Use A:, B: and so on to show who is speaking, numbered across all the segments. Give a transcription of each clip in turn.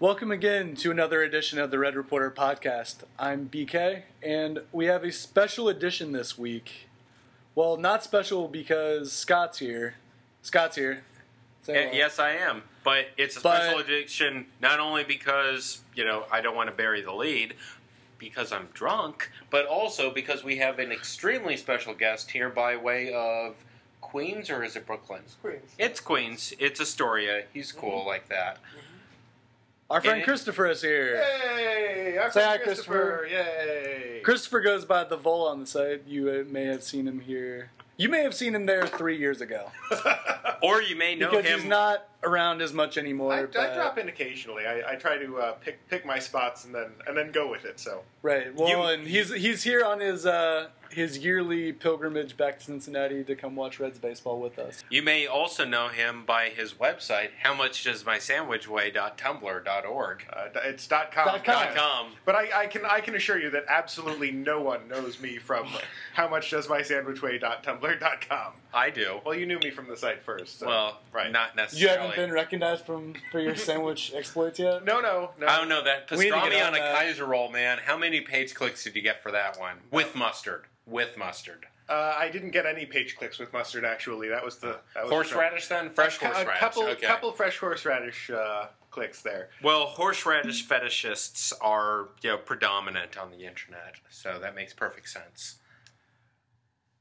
A: Welcome again to another edition of the Red Reporter podcast. I'm BK, and we have a special edition this week. Well, not special because Scott's here. Scott's here. Say
B: Eh,
A: hello.
B: yes, I am. But it's a
A: But-
B: special edition not only because, you know, I don't want to bury the lead because I'm drunk, but also because we have an extremely special guest here by way of Queens or is it Mm-hmm. Brooklyn? It's Queens. It's Astoria. He's cool like that.
A: Our friend
B: and-
A: Christopher is here.
C: Hey, our
A: Say
C: friend
A: hi,
C: Christopher. Yay!
A: Christopher goes by the Vol on the site. You uh, may have seen him here. You may have seen him there three years ago
B: Or you may know
A: because
B: him.
A: he's not around as much anymore.
C: I, I
A: but-
C: drop in occasionally. I, I try to uh, pick pick my spots and then and then go with it. So
A: Right. Well,
B: You-
A: and he's he's here on his uh, his yearly pilgrimage back to Cincinnati to come watch Reds baseball with us.
B: You may also know him by his website, howmuchdoesmysandwichweigh.tumblr.org.
C: uh, d- it's dot com.
A: Dot com.
B: Dot com.
C: But I, I can I can assure you that absolutely no one knows me from how much does my sandwich weigh dot tumblr dot com.
B: I do.
C: Well, you knew me from the site first. So,
B: Well,
C: right?
B: not
A: You
B: necessarily.
A: haven't been recognized from for your sandwich exploits yet.
C: no, no, no.
B: I don't know that
A: We need to get
B: pastrami
A: on
B: on a
A: that.
B: Kaiser roll, man. How many page clicks did you get for that one?
A: Uh,
B: With mustard. With mustard.
C: Uh, I didn't get any page clicks with mustard. Actually, that was the that was the trouble.
B: Horseradish then? Fresh
C: Cou-
B: horseradish.
C: A couple
B: okay.
C: couple fresh horseradish uh, clicks there.
B: Well, horseradish fetishists are you know, predominant on the internet, so that makes perfect sense.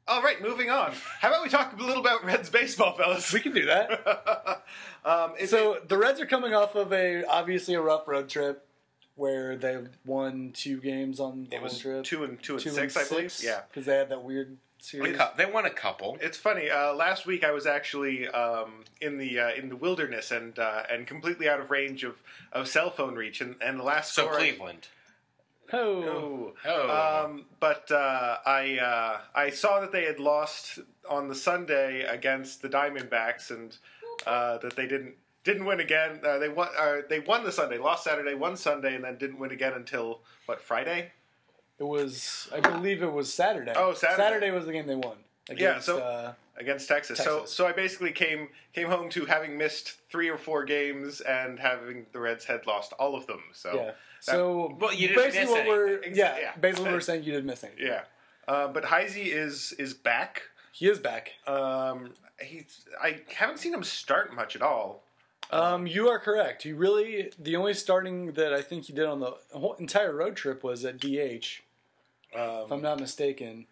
C: All right, moving on. How about we talk a little about Reds baseball, fellas?
A: We can do that.
C: um, it's
A: So the Reds are coming off of a obviously a rough road trip where they won two games on the
C: it was
A: road trip.
C: two and two and six, I believe. Yeah,
A: because they had that weird
B: A
A: series.
B: cou- they want a couple.
C: it's funny. Uh, last week I was actually um, in the uh, in the wilderness and uh, and completely out of range of, of cell phone reach. And, and the last
B: So
C: score-
B: Cleveland.
A: Oh,
C: No.
B: Oh.
C: Um, but uh, I uh, I saw that they had lost on the Sunday against the Diamondbacks, and uh, that they didn't didn't win again. Uh, they won uh, they won the Sunday, lost Saturday, won Sunday, and then didn't win again until what Friday?
A: it was I believe it was Saturday.
C: Oh, Saturday.
A: Saturday was the game they won. against,
C: so-
A: uh,
C: against Texas. So
A: Texas.
C: so I basically came came home to having missed three or four games and having the Reds had lost all of them. So
A: yeah. So
B: Well, you didn't
A: basically
B: miss
A: what we're
C: anything.
A: yeah,
C: Yeah.
A: basically what we're saying you didn't miss anything.
C: yeah. Uh, but Heisey is is back.
A: He is back.
C: Um, he's I haven't seen him start much at all.
A: Um, you are correct. He really the only starting that I think he did on the whole entire road trip was at DH, if I'm
C: Um,
A: not mistaken.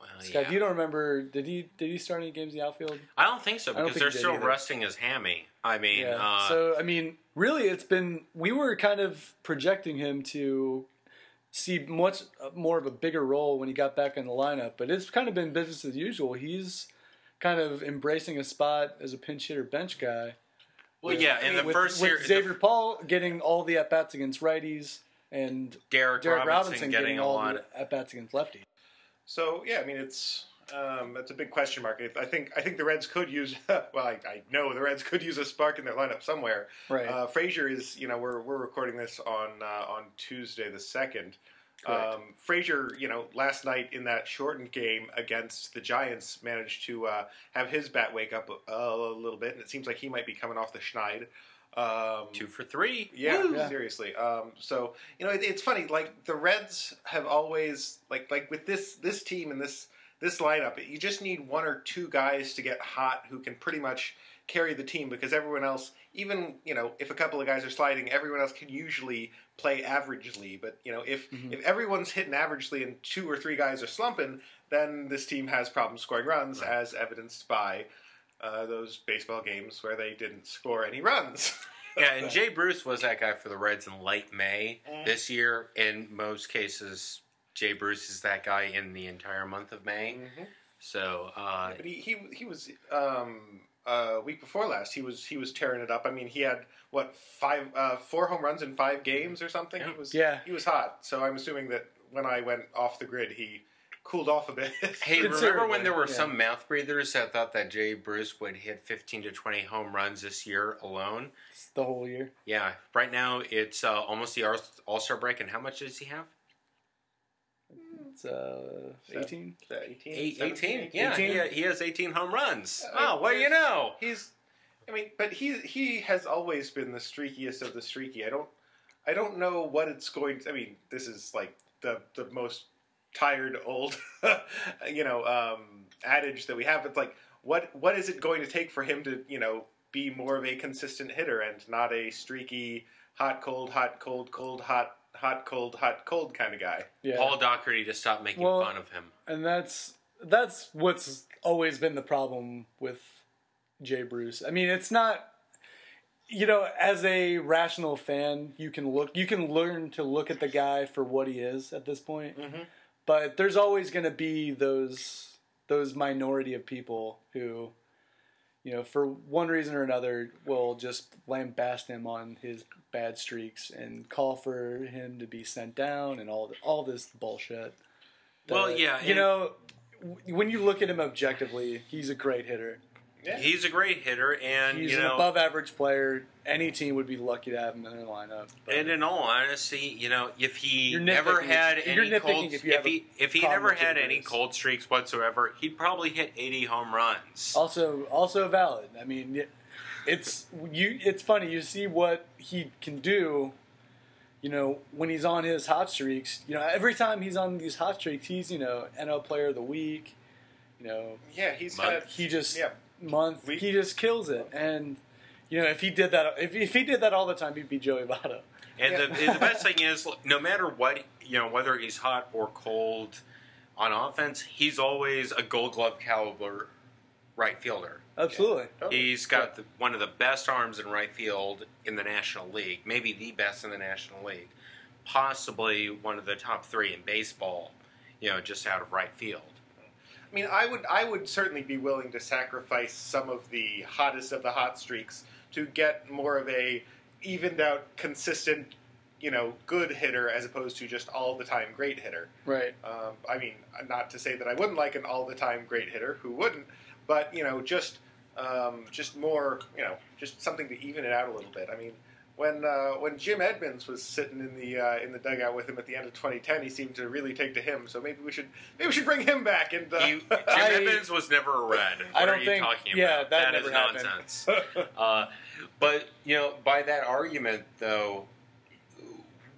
B: Well,
A: Scott,
B: yeah.
A: you don't remember? Did he did he start any games in the outfield?
B: I don't think so
A: don't
B: because
A: think
B: they're
A: he did
B: still
A: either.
B: resting his hammy. I mean,
A: Yeah.
B: uh,
A: so I mean, really, it's been we were kind of projecting him to see much more of a bigger role when he got back in the lineup, but it's kind of been business as usual. He's kind of embracing a spot as a pinch hitter bench guy.
B: well, yeah, in the
A: with,
B: first
A: with
B: year,
A: Xavier Paul getting all the at bats against righties and
B: Derek,
A: Derek
B: Robinson, getting,
A: Robinson getting
B: a
A: all
B: lot. Uh,
A: the at bats against lefties.
C: so yeah, I mean it's um, that's a big question mark. I- I think I think the Reds could use well, I, I know the Reds could use a spark in their lineup somewhere.
A: Right.
C: Uh, Frazier is, you know, we're we're recording this on uh, on Tuesday the second.
A: Correct.
C: Um, Frazier, you know, last night in that shortened game against the Giants, managed to uh, have his bat wake up a, a little bit, and it seems like he might be coming off the schneid. Um,
B: two for three.
C: yeah,
B: Woo!
A: Yeah.
C: seriously. Um, so you know, it, it's funny. Like the Reds have always like like with this this team and this this lineup, you just need one or two guys to get hot who can pretty much carry the team because everyone else, even you know, if a couple of guys are sliding, everyone else can usually play averagely. But you know, if
A: Mhm.
C: if everyone's hitting averagely and two or three guys are slumping, then this team has problems scoring runs,
B: Right.
C: as evidenced by. Uh, those baseball games where they didn't score any runs.
B: Yeah, and Jay Bruce was that guy for the Reds in late May
A: Mm-hmm.
C: Mhm.
B: this year. In most cases, Jay Bruce is that guy in the entire month of May. So, uh,
C: But he he, he was um, uh, week before last. He was he was tearing it up. I mean, he had what five uh, four home runs in five games or something. He was
A: Yeah.
C: he was hot. So I'm assuming that when I went off the grid, he cooled off a bit.
B: hey, remember
A: Considerably,
B: when there were
A: yeah.
B: some mouth breathers that thought that Jay Bruce would hit 15 to 20 home runs this year alone?
A: the whole year.
B: Yeah, right now it's uh, almost the All Star break, and how much does he have?
A: It's uh,
C: So-
A: 18.
C: 18,
B: Eight,
C: 17?
B: 18. Yeah,
A: 18?
B: He, he has 18 home runs.
A: Uh,
C: Yeah,
B: Oh, well, you know.
C: He's I mean, but he he has always been the streakiest of the streaky. I don't I don't know what it's going. to... I mean, this is like the the most tired old you know um, adage that we have. It's like what what is it going to take for him to you know be more of a consistent hitter and not a streaky hot cold hot cold cold hot hot cold hot cold kind of guy.
A: Yeah.
B: Paul Doherty to stop making
A: Well-
B: fun of him.
A: and that's that's what's always been the problem with Jay Bruce. I mean, it's not you know, as a rational fan, you can look you can learn to look at the guy for what he is at this point. But there's always going to be those those minority of people who you know, for one reason or another, will just lambast him on his bad streaks and call for him to be sent down and all all this bullshit.
B: Well,
A: But,
B: yeah,
A: you
B: and-
A: know, w- when you look at him objectively, he's a great hitter.
C: Yeah.
B: He's a great hitter, and
A: He's
B: you
A: an
B: know,
A: above-average player. Any team would be lucky to have him in their lineup. but-
B: And in all honesty, you know, if he
A: You're nitpicking
B: never
A: if-
B: had
A: you're
B: any
A: nitpicking
B: cold,
A: if
B: if,
A: you have a
B: he if he
A: problem
B: never
A: with
B: had
A: the
B: any
A: Braves.
B: cold streaks whatsoever, he'd probably hit 80 home runs.
A: also, also valid. I mean, y- it's you. It's funny. You see what he can do. You know, when he's on his hot streaks. You know, every time he's on these hot streaks, he's you know NL Player of the Week. You know,
C: Yeah, he's
B: Mike.
C: kind of
A: he just
C: yeah.
A: month
C: Week.
A: he just kills it. And you know, if he did that, if, if he did that all the time, he'd be Joey Votto.
B: And
C: Yeah.
B: the, the best thing is, no matter what, you know, whether he's hot or cold on offense, he's always a Gold Glove caliber right fielder.
A: Absolutely.
B: He's got the, one of the best arms in right field in the National League, maybe the best in the National League, possibly one of the top three in baseball. You know, just out of right field.
C: I mean, I would I would certainly be willing to sacrifice some of the hottest of the hot streaks to get more of a evened out, consistent, you know, good hitter as opposed to just all the time great hitter.
A: Right.
C: Um, I mean, not to say that I wouldn't like an all the time great hitter, who wouldn't? But you know, just um, just more, you know, just something to even it out a little bit. I mean, when uh, when Jim Edmonds was sitting in the uh, in the dugout with him at the end of 2010, he seemed to really take to him. So maybe we should maybe we should bring him back and. Uh,
B: You, Jim
A: I-
B: Evans was never a red. What
A: I don't
B: are you
A: think-
B: talking about?
A: yeah, that
B: that is
A: never happened.
B: nonsense. uh, but you know, by that argument, though,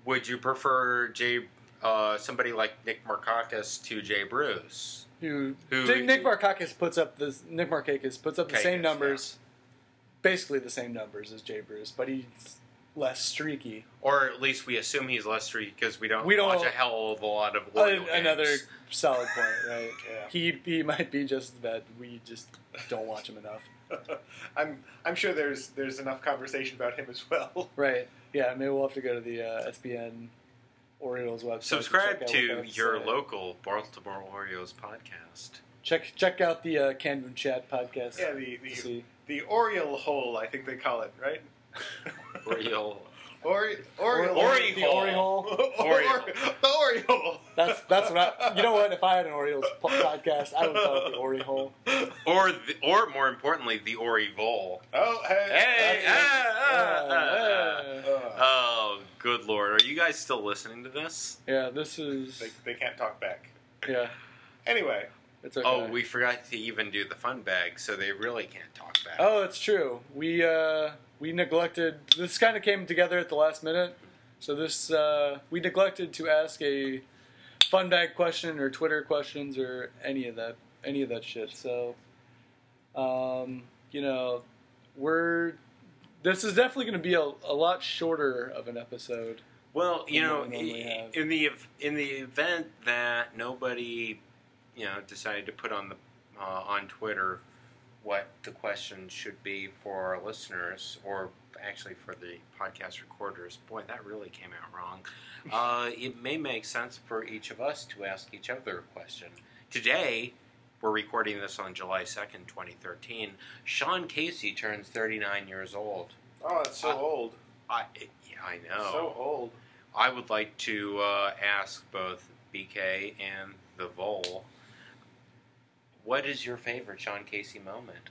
B: would you prefer Jay, uh, somebody like Nick Markakis to Jay Bruce?
A: Who,
B: Who-
A: Dick- Nick Markakis puts up the Nick Markakis puts up the
B: Kakis,
A: same numbers, basically the same numbers as Jay Bruce, but he's less streaky.
B: Or at least we assume he's less street because we don't
A: We don't-
B: watch a hell of a lot of
A: Uh,
B: Oreo games.
A: another solid point, right?
C: Yeah.
A: He he might be just as bad. We just don't watch him enough,
C: I'm I'm sure there's there's enough conversation about him as well.
A: right? Yeah, maybe we'll have to go to the uh, SBN Orioles website. to check
B: Subscribe
A: out
B: to
A: what that's,
B: your
A: uh,
B: local Baltimore Orioles podcast.
A: Check check out the uh, Camden Chat podcast.
C: Yeah, the
A: to
C: the,
A: see.
C: the Oriole hole, I think they call it, right?
B: Oriole.
C: Ori Oriole
B: Ori-
A: the Oriole.
B: Oriole.
C: the Oriole.
A: That's that's what I. You know what? If I had an Orioles po- podcast, I would call it the Oriole.
B: Or, the, or more importantly, the Ori Vole.
C: Oh,
B: Hey,
A: That's-
B: ah, ah, ah.
A: Uh,
C: Uh,
B: Oh, good lord. Are you guys still listening to this?
A: Yeah, this is
C: they, they can't talk back.
A: yeah.
C: Anyway,
A: It's okay.
B: Oh, we forgot to even do the fun bag, so they really can't talk back.
A: Oh, it's true. We uh, we neglected. This kind of came together at the last minute. So this uh, we neglected to ask a fun bag question or Twitter questions or any of that any of that shit. So, um, you know, we're this is definitely going to be a, a lot shorter of an episode.
B: Well, you
A: Than
B: know,
A: what we normally
B: i-
A: have.
B: in the ev- in the event that nobody, you know, decided to put on the uh, on Twitter what the question should be for our listeners, or actually for the podcast recorders. Boy, that really came out wrong. Uh, it may make sense for each of us to ask each other a question today. We're recording this on July 2nd, 2013. Sean Casey turns 39 years old.
C: oh, it's so
B: Uh,
C: old,
B: I, yeah, I know.
C: so old.
B: I would like to uh, ask both BK and the Vole, what is your favorite Sean Casey moment?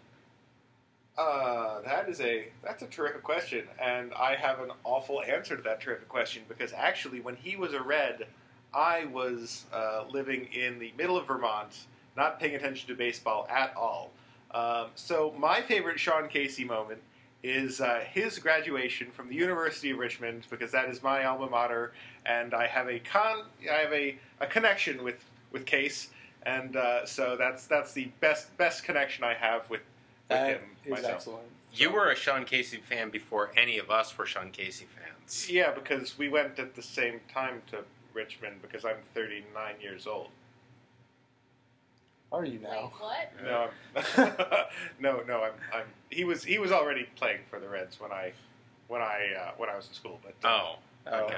C: Uh, that is a that's a terrific question, and I have an awful answer to that terrific question because actually, when he was a Red, I was uh, living in the middle of Vermont, not paying attention to baseball at all. Um, so my favorite Sean Casey moment is uh, his graduation from the University of Richmond because that is my alma mater, and I have a con I have a, a connection with with Case, and uh, so that's that's the best best connection I have with with
A: That
C: him
A: is
C: myself.
A: excellent.
B: You were a Sean Casey fan before any of us were Sean Casey fans.
C: Yeah, because we went at the same time to Richmond because I'm 39 years old.
A: Are you
D: Wait,
A: now?
D: what?
C: No, I'm, no, no. I'm, I'm. He was. He was already playing for the Reds when I, when I, uh, when I was in school. But uh,
B: Oh, okay.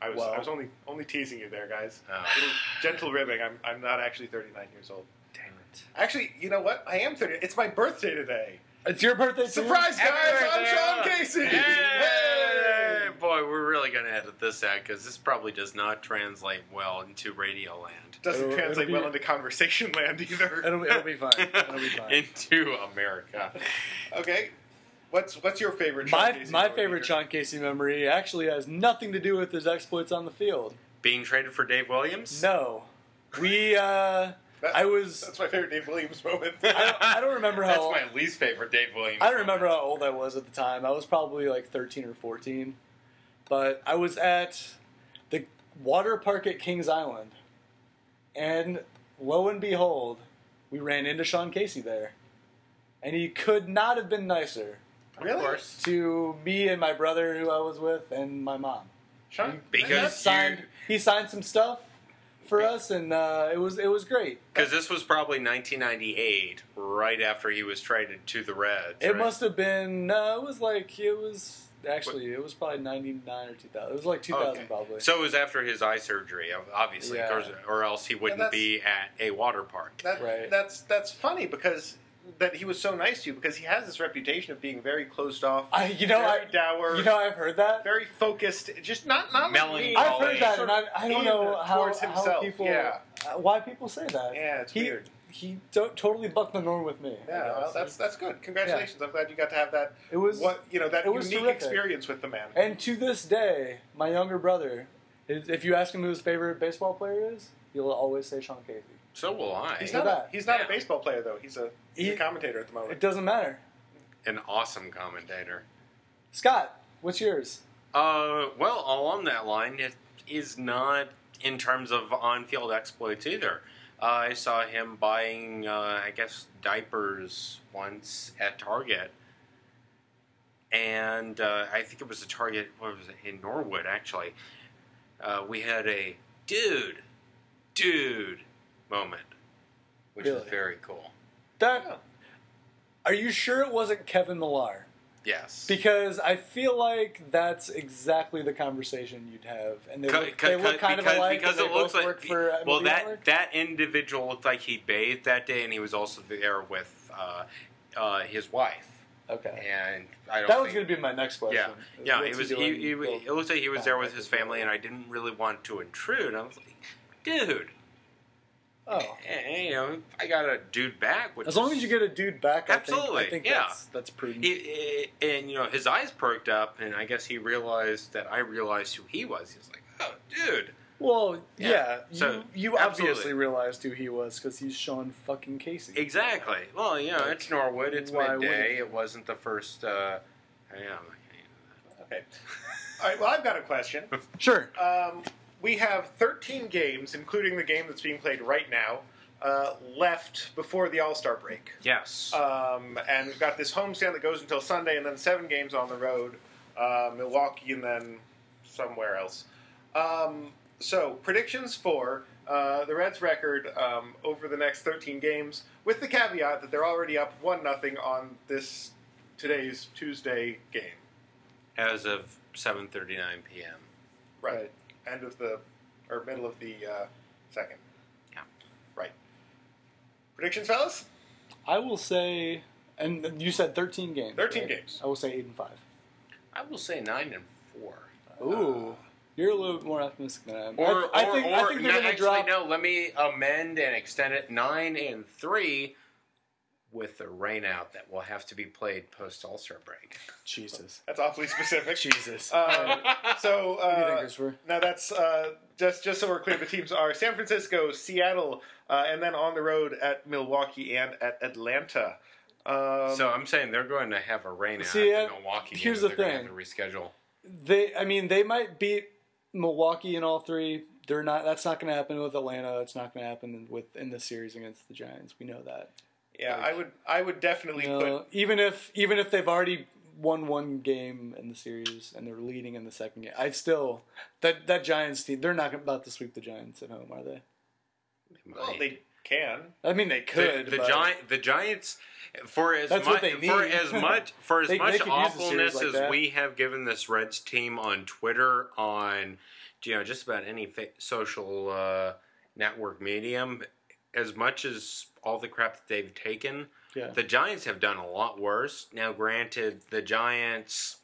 C: I was.
A: Well.
C: I was only, only teasing you there, guys.
B: Oh.
C: Little gentle ribbing. I'm, I'm not actually 39 years old.
B: Damn it.
C: Actually, you know what? I am 30. It's my birthday today.
A: Oh. It's your birthday. too?
C: Surprise, guys! I'm
B: Everything.
C: Sean Casey.
B: Hey! Boy, we're really going to edit this out because this probably does not translate well into radio land.
C: Doesn't
A: It'll-
C: translate
A: it'll be-
C: well into conversation land either.
A: It'll, it'll be fine. It'll be fine.
B: into America.
C: Okay. What's what's your favorite? Sean
A: My,
C: Casey
A: my
C: moment,
A: favorite
C: Peter?
A: Sean Casey memory actually has nothing to do with his exploits on the field.
B: Being traded for Dave Williams?
A: No, we. Uh,
C: That-
A: I was.
C: That's my favorite Dave Williams moment.
A: I don't, I don't remember
B: That's
A: how.
B: my least favorite Dave Williams.
A: I don't remember
B: moment.
A: how old I was at the time. I was probably like thirteen or fourteen, but I was at the water park at Kings Island, and lo and behold, we ran into Sean Casey there, and he could not have been nicer
C: Really?
B: Of course.
A: to me and my brother who I was with and my mom.
C: Sean,
A: he
B: Because-
A: signed
B: you-
A: he signed some stuff for us, and uh, it was it was great.
B: Because this was probably 1998, right after he was traded to the Reds.
A: It
B: right?
A: must have been no, it was like it was actually it was probably ninety nine or two thousand. It was like two thousand
C: Oh, Okay.
A: probably.
B: So it was after his eye surgery, obviously,
A: Yeah.
B: or, or else he wouldn't
C: that's-
B: be at a water park.
C: That,
A: Right.
C: That's that's funny because that he was so nice to you because he has this reputation of being very closed off,
A: I you know
C: very
A: I
C: dour,
A: you know I've heard that.
C: very focused. Just not not
B: Melancholy.
C: Like me.
A: I've heard
B: always
A: that,
C: Sort
A: and
C: of
A: I, I don't
C: in
A: know how,
C: towards
A: how
C: himself.
A: people
C: Yeah,
A: uh, why people say that.
C: yeah, it's
A: he
C: weird.
A: he don't, totally bucked the norm with me. I
C: Yeah, well,
A: guess.
C: that's that's good. Congratulations! I'm glad you got to have that.
A: it was
C: what you know that
A: it was
C: unique
A: terrific.
C: experience with the man.
A: And to this day, my younger brother, is- if you ask him who his favorite baseball player is, he'll always say Sean Casey.
B: So will I.
C: He's
A: Look
C: not.
A: at
C: A,
A: that.
C: he's not
B: Yeah.
C: a baseball player though. He's a, he's
A: He-
C: a commentator at the
A: It
C: moment.
A: doesn't matter.
B: An awesome commentator.
A: Scott, what's yours?
B: Uh, well, along that line, it is not in terms of on-field exploits either. Uh, I saw him buying, uh, I guess, diapers once at Target, and uh, I think it was a Target. What was it in Norwood? Actually, uh, we had a dude, dude moment, which was
A: Really?
B: very cool.
C: Yeah.
A: That are you sure it wasn't Kevin Millar?
B: Yes,
A: Because I feel like that's exactly the conversation you'd have, and they
B: Co-
A: look,
B: co-
A: they look
B: co-
A: kind
B: because,
A: of alike.
B: because
A: and
B: it
A: they
B: looks
A: both
B: like
A: work for uh,
B: well
A: Media
B: that
A: Network?
B: that individual looked like he bathed that day, and he was also there with uh, uh, his wife.
A: okay.
B: And I don't.
A: That was
B: think,
A: going to be my next question.
B: Yeah, yeah. It
A: What's
B: was. He,
A: doing?
B: he,
A: Well,
B: it looked like he was there with
A: back
B: his
A: and forth.
B: family, and I didn't really want to intrude. I was like, dude,
A: oh,
B: eh, you know, I got a dude back. Which
A: as long
B: is-
A: as you get a dude back, I think- I
B: Absolutely,
A: think,
B: yeah.
A: that's, that's prudent.
B: He, eh, and you know, his eyes perked up, and I guess he realized that I realized who he was. He was like, oh, dude.
A: Well, yeah,
B: Yeah. So,
A: you, you
B: absolutely.
A: obviously realized who he was because he's Sean fucking Casey.
B: Exactly. Well, you know, it's Norwood. It's
A: Why would
B: midday.
A: it?
B: It wasn't the first. Uh, yeah. uh,
C: Okay. All right. Well, I've got a question.
A: Sure.
C: Um, we have 13 games, including the game that's being played right now, uh, left before the All Star break.
B: Yes.
C: Um, and we've got this homestand that goes until Sunday, and then seven games on the road, uh, Milwaukee, and then somewhere else. Um, so predictions for uh, the Reds' record um, over the next 13 games, with the caveat that they're already up one nothing on this today's Tuesday game.
B: As of 7:39 p.m.
C: Right. End of the or middle of the uh, second.
B: Yeah.
C: Right. Predictions, fellas.
A: I will say, and you said 13 games.
C: 13 games.
A: I will say 8 and 5.
B: I will say nine and four.
A: Ooh. Uh, You're a little bit more optimistic than I am.
B: Or,
A: I, I
B: or,
A: think,
B: or
A: I think
B: no,
A: they're going
B: actually
A: to drop.
B: no. Let me amend and extend it. Nine and three, with the rain out that will have to be played post All Star break.
A: Jesus.
C: That's awfully specific.
A: Jesus.
C: Uh, so
A: what do you think,
C: uh,
A: Christopher?
C: now that's uh, just just so we're clear. The teams are San Francisco, Seattle, uh, and then on the road at Milwaukee and at Atlanta. Um,
B: so I'm saying they're going to have a rain out
A: See,
B: in
A: uh,
B: Milwaukee.
A: here's
B: and
A: the
B: they're
A: thing.
B: Going to have to reschedule.
A: They, I mean, they might beat Milwaukee in all three. They're not. That's not going to happen with Atlanta. That's not going to happen with in the series against the Giants. We know that.
C: yeah, I would I would definitely
A: No, even if even if they've already won one game in the series and they're leading in the second game, I still that that Giants team. They're not about to sweep the Giants at home, are they?
B: They
C: put. Well,
B: might.
C: they can.
A: I mean, they
B: the,
A: could.
B: the
A: but
B: giant the Giants for as
A: That's
B: much
A: what they
B: for
A: need.
B: as much for as
A: They- they
B: much
A: could use a series
B: awfulness
A: like
B: as
A: that.
B: we have given this Reds team on Twitter on you know just about any fa- social uh, network medium as much as all the crap that they've taken
A: yeah.
B: the Giants have done a lot worse now granted the Giants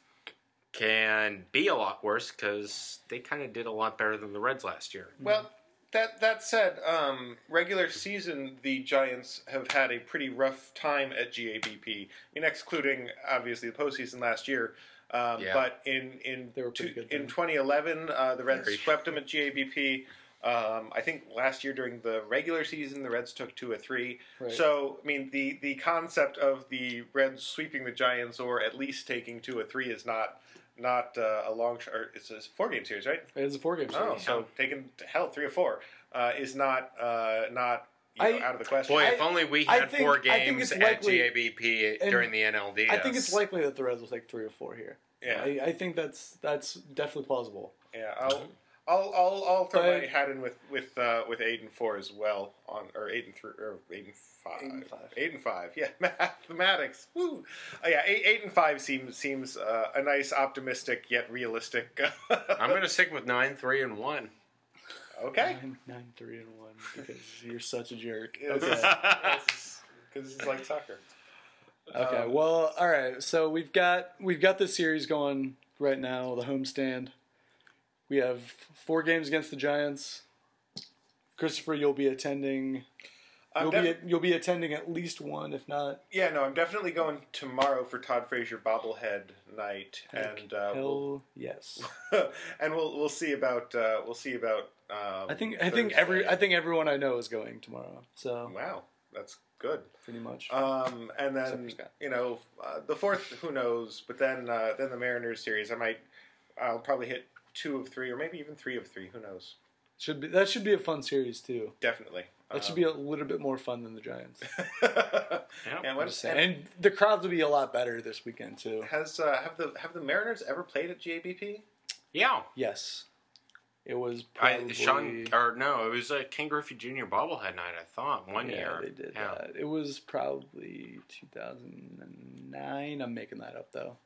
B: can be a lot worse cuz they kind of did a lot better than the Reds last year
C: Well, that that said, um, regular season the Giants have had a pretty rough time at GABP. I mean, excluding obviously the postseason last year. Um,
B: Yeah.
C: But in in
A: They were pretty
C: two-
A: good
C: in
A: then.
C: 2011, uh, the Reds
B: Very.
C: swept them at GABP. Um, I think last year during the regular season, the Reds took two or three.
A: Right.
C: So, I mean, the, the concept of the Reds sweeping the Giants or at least taking two or three is not not uh, a long shot. It's a four game series, right?
A: It is a four game series.
C: Oh, so taking hell three or four uh, is not uh, not you know,
A: I-
C: out of the question.
B: Boy,
A: I-
B: if only we
A: I
B: had
A: think-
B: four
A: I think
B: games
A: it's
B: at
A: likely-
B: GABP
A: and
B: during the NLDS.
A: I think it's likely that the Reds will take three or four here.
C: yeah,
A: I, I think that's that's definitely plausible.
C: yeah. I'll, I'll, I'll, I'll throw
A: But-
C: my hat in with with uh, with eight and four as well on or eight and three or eight and five.
A: Eight and five.
C: Eight and five. Yeah, mathematics. Woo. Uh, yeah, eight, eight and five seems seems uh, a nice optimistic yet realistic.
B: I'm going to stick with nine, three, and one.
C: okay.
A: Nine, nine, three, and one because you're such a jerk.
C: Yes.
A: Okay.
C: Yes. Because it's like soccer.
A: Okay.
C: Um,
A: well, all right. So we've got we've got this series going right now. The homestand. We have four games against the Giants. Christopher, you'll be attending.
C: I'm
A: you'll
C: def-
A: be you'll be attending at least one, if not.
C: Yeah, no, I'm definitely going tomorrow for Todd Frazier bobblehead night,
A: heck,
C: and uh, we'll,
A: hell yes.
C: and we'll we'll see about uh, we'll see about. Um,
A: I think I think every I think everyone I know is going tomorrow. So
C: Wow, that's good.
A: pretty much.
C: Um, and
A: Except for
C: then
A: Scott.
C: you know uh, the fourth, who knows? But then uh, then the Mariners series, I might I'll probably hit two of three, or maybe even three of three. Who knows?
A: should be that should be a fun series too.
C: Definitely. Um,
A: That should be a little bit more fun than the Giants.
B: Yep.
C: and
A: I'm
C: what,
A: just saying. And the crowds will be a lot better this weekend too.
C: has uh, have the have the Mariners ever played at GABP?
B: Yeah.
A: Yes, it was.
B: I,
A: Probably...
B: Sean, or no, it was uh, King Griffey Jr. bobblehead night, I thought, one
A: yeah,
B: year.
A: They did
B: yeah.
A: that. It was probably 2009. I'm making that up though.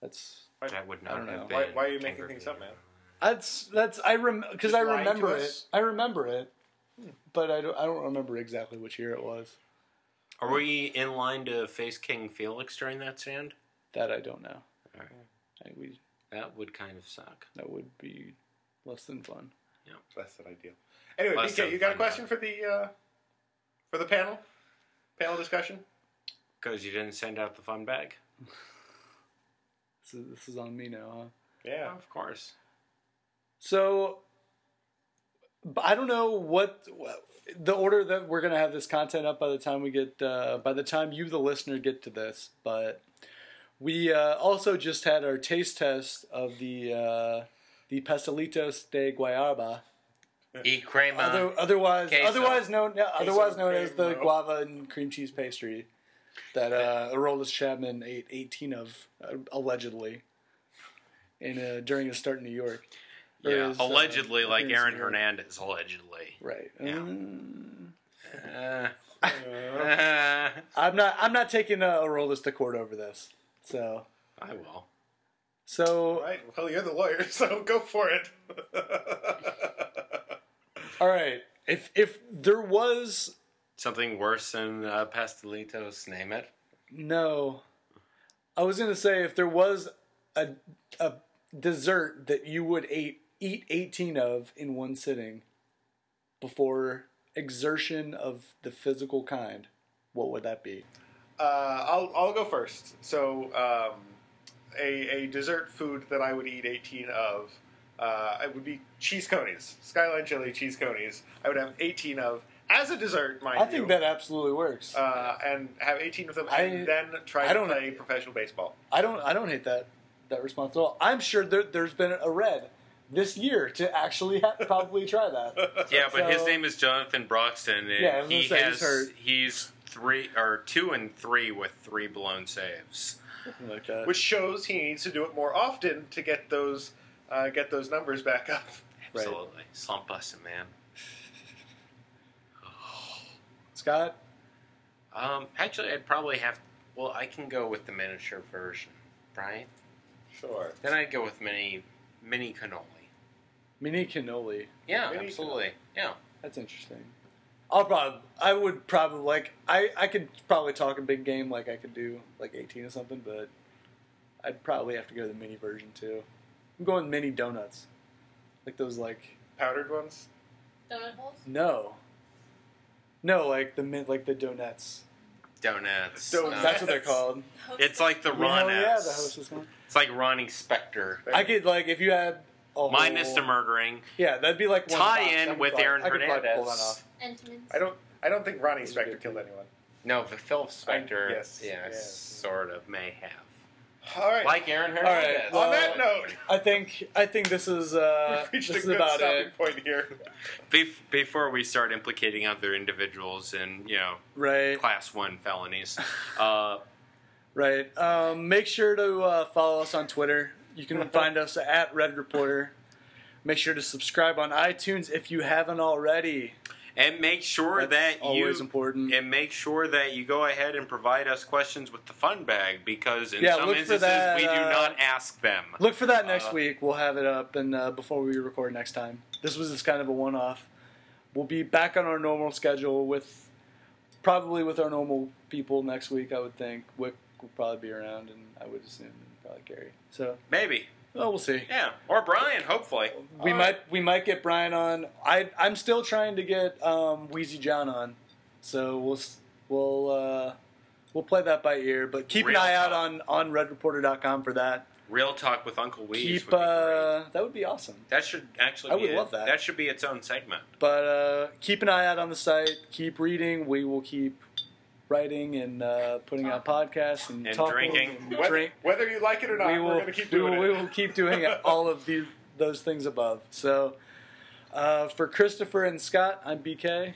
A: That's
B: That would
A: I
B: not
A: don't know.
B: have been.
C: Why- why are you
B: King
C: making
B: Griffey
C: things up,
B: Jr..
C: man?
A: that's that's I rem because
C: Just
A: I
C: lying to
A: remember it.
C: us?
A: I remember it, but I don't I don't remember exactly which year it was.
B: Are we in line to face King Felix during that stand?
A: That I don't know.
B: Alright.
A: I, we
B: That would kind of suck.
A: that would be less than fun.
C: Less than ideal. Anyway,
B: Less
C: BK,
B: than
C: you got a
B: fun,
C: question for the uh, for the panel panel discussion?
B: Because you didn't send out the fun bag?
A: This is, this is on me now, huh?
C: Yeah.
B: Of course.
A: So, but I don't know what the order that we're going to have this content up by the time we get uh, by the time you, the listener, get to this. But we uh, also just had our taste test of the uh, the pastelitos de guayaba,
B: E crema.
A: Other, otherwise
B: queso.
A: otherwise known otherwise known as the
C: crema.
A: guava and cream cheese pastry that uh, Aroldis Chapman ate eighteen of uh, allegedly. In uh during his start in New York, Or
B: yeah,
A: his, uh,
B: allegedly, like
A: appearance
B: Aaron
A: in New York.
B: Hernandez, allegedly.
A: Right.
B: Yeah.
A: Mm.
B: Uh,
C: Uh,
A: I'm not. I'm not taking uh, Aroldis to court over this. So.
B: I will.
A: So.
C: all right. Well, you're the lawyer, so go for it. Uh,
A: All right. If if there was
B: Something worse than uh, pastelitos, name it.
A: no, I was gonna say if there was a a dessert that you would eat eat 18 of in one sitting before exertion of the physical kind, what would that be?
C: uh, I'll I'll go first. So um, a a dessert food that I would eat 18 of. Uh, it would be cheese conies, skyline chili cheese conies. I would have 18 of as a dessert, mind
A: I think
C: you,
A: that absolutely works.
C: uh, and have 18 of them, and
A: I-
C: then try
A: I
C: to
A: don't-
C: play professional baseball.
A: I don't I don't hate that that response at all. I'm sure there, there's been a red this year to actually ha- probably try that.
B: Yeah, but his
A: So-
B: name is Jonathan Broxton, and
A: Yeah, I was gonna
B: he
A: say, he's
B: has
A: hurt.
B: he's three or two and three with three blown saves.
A: Something like uh, that.
C: which shows he needs to do it more often to get those uh, get those numbers back up.
A: Right.
B: Absolutely, slump busting, man.
A: Scott,
B: Um, actually, I'd probably have. Well, I can go with the miniature version, right?
C: Sure.
B: Then I'd go with mini mini cannoli.
A: mini cannoli.
B: Yeah,
C: Mini
B: absolutely. Yeah.
A: That's interesting. I'll probably I would probably like I I could probably talk a big game like I could do like 18 or something, but I'd probably have to go to the mini version too. I'm going mini donuts, like those like
C: Powdered ones.
D: Donut holes?
A: no, no like the min like the donuts.
B: Donuts. uh,
C: Donuts.
A: That's what they're called.
B: It's like the
A: Hell
B: Ronettes.
A: Oh, yeah, the hostess one.
B: It's like Ronnie Spector.
A: I could like if you had a
B: Minus
A: whole-
B: the murdering.
A: Yeah, that'd be like one
B: Tie
A: box. I
B: in
A: could
B: with
A: probably-
B: Aaron
A: I could probably pull that
B: Hernandez.
A: off.
D: Entenmann's.
C: I don't. I don't think Ronnie
A: Those are
C: Spector
A: good
C: killed anyone.
B: No, but Phil Spector.
C: I- yes,
B: yeah,
C: yes.
B: sort of may have.
C: All right.
B: Like Aaron
A: right,
B: Hernandez.
A: well,
C: On that note,
A: I think I think this is uh,
C: we've
A: this
C: reached a
A: is
C: good
A: about
C: stopping
A: it,
C: point here.
B: Bef- before we start implicating other individuals in, you know,
A: right?
B: class one felonies, uh,
A: Right. Um, make sure to uh, follow us on Twitter. You can find us at Red Reporter. Make sure to subscribe on iTunes if you haven't already.
B: and make sure
A: That's
B: that you
A: always important.
B: and make sure that you go ahead and provide us questions with the fun bag because in
A: Yeah,
B: some
A: look for
B: instances
A: that,
B: we do
A: uh,
B: not ask them.
A: Look for that next
B: Uh,
A: week. We'll have it up, and uh, before we record next time, this was just kind of a one-off. We'll be back on our normal schedule with probably with our normal people next week. I would think Wick will probably be around, and I would assume and probably Gary. So, oh,
B: Maybe,
A: well, we'll see.
B: yeah, or Brian, hopefully.
A: We
C: All
A: might
C: right.
A: we might get Brian on. I I'm still trying to get um, Wheezy John on, so we'll s- we'll uh, we'll play that by ear. But keep
B: Real
A: an eye out
B: talk.
A: on on RedReporter.com for that.
B: Real talk with Uncle Weez.
A: keep
B: would be great.
A: uh, that would be awesome.
B: That should actually.
A: I
B: be
A: would
B: it.
A: love that.
B: That should be its own segment.
A: But uh, keep an eye out on the site. Keep reading. We will keep writing and uh, putting out podcasts and,
B: And
A: talking
B: drinking.
A: and
C: Whether,
A: drink.
C: whether you like it or not,
A: we
C: we
A: will
C: are going to keep
A: we,
C: doing it.
A: will- we will keep doing it, all of these those things above. So uh, for Christopher and Scott, I'm BK.